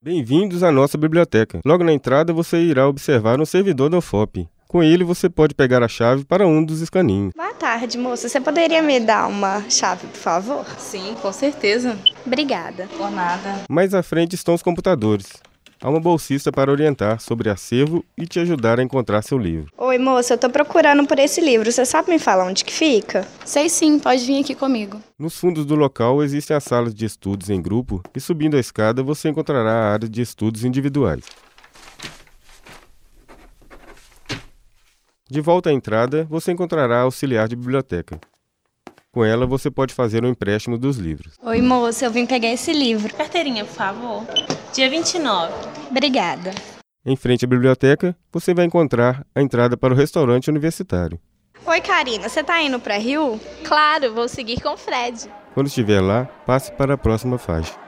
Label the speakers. Speaker 1: Bem-vindos à nossa biblioteca. Logo na entrada você irá observar um servidor da UFOP. Com ele você pode pegar a chave para um dos escaninhos.
Speaker 2: Boa tarde, moça. Você poderia me dar uma chave, por favor?
Speaker 3: Sim, com certeza.
Speaker 2: Obrigada.
Speaker 3: Por nada.
Speaker 1: Mais à frente estão os computadores. Há uma bolsista para orientar sobre acervo e te ajudar a encontrar seu livro.
Speaker 2: Oi, moça. Eu tô procurando por esse livro. Você sabe me falar onde que fica?
Speaker 4: Sei sim, pode vir aqui comigo.
Speaker 1: Nos fundos do local existem as salas de estudos em grupo e subindo a escada você encontrará a área de estudos individuais. De volta à entrada, você encontrará a auxiliar de biblioteca. Com ela, você pode fazer um empréstimo dos livros.
Speaker 2: Oi, moça. Eu vim pegar esse livro.
Speaker 3: Carteirinha, por favor. Dia 29.
Speaker 2: Obrigada.
Speaker 1: Em frente à biblioteca, você vai encontrar a entrada para o restaurante universitário.
Speaker 2: Oi, Karina. Você tá indo pra Rio?
Speaker 5: Claro, vou seguir com o Fred.
Speaker 1: Quando estiver lá, passe para a próxima faixa.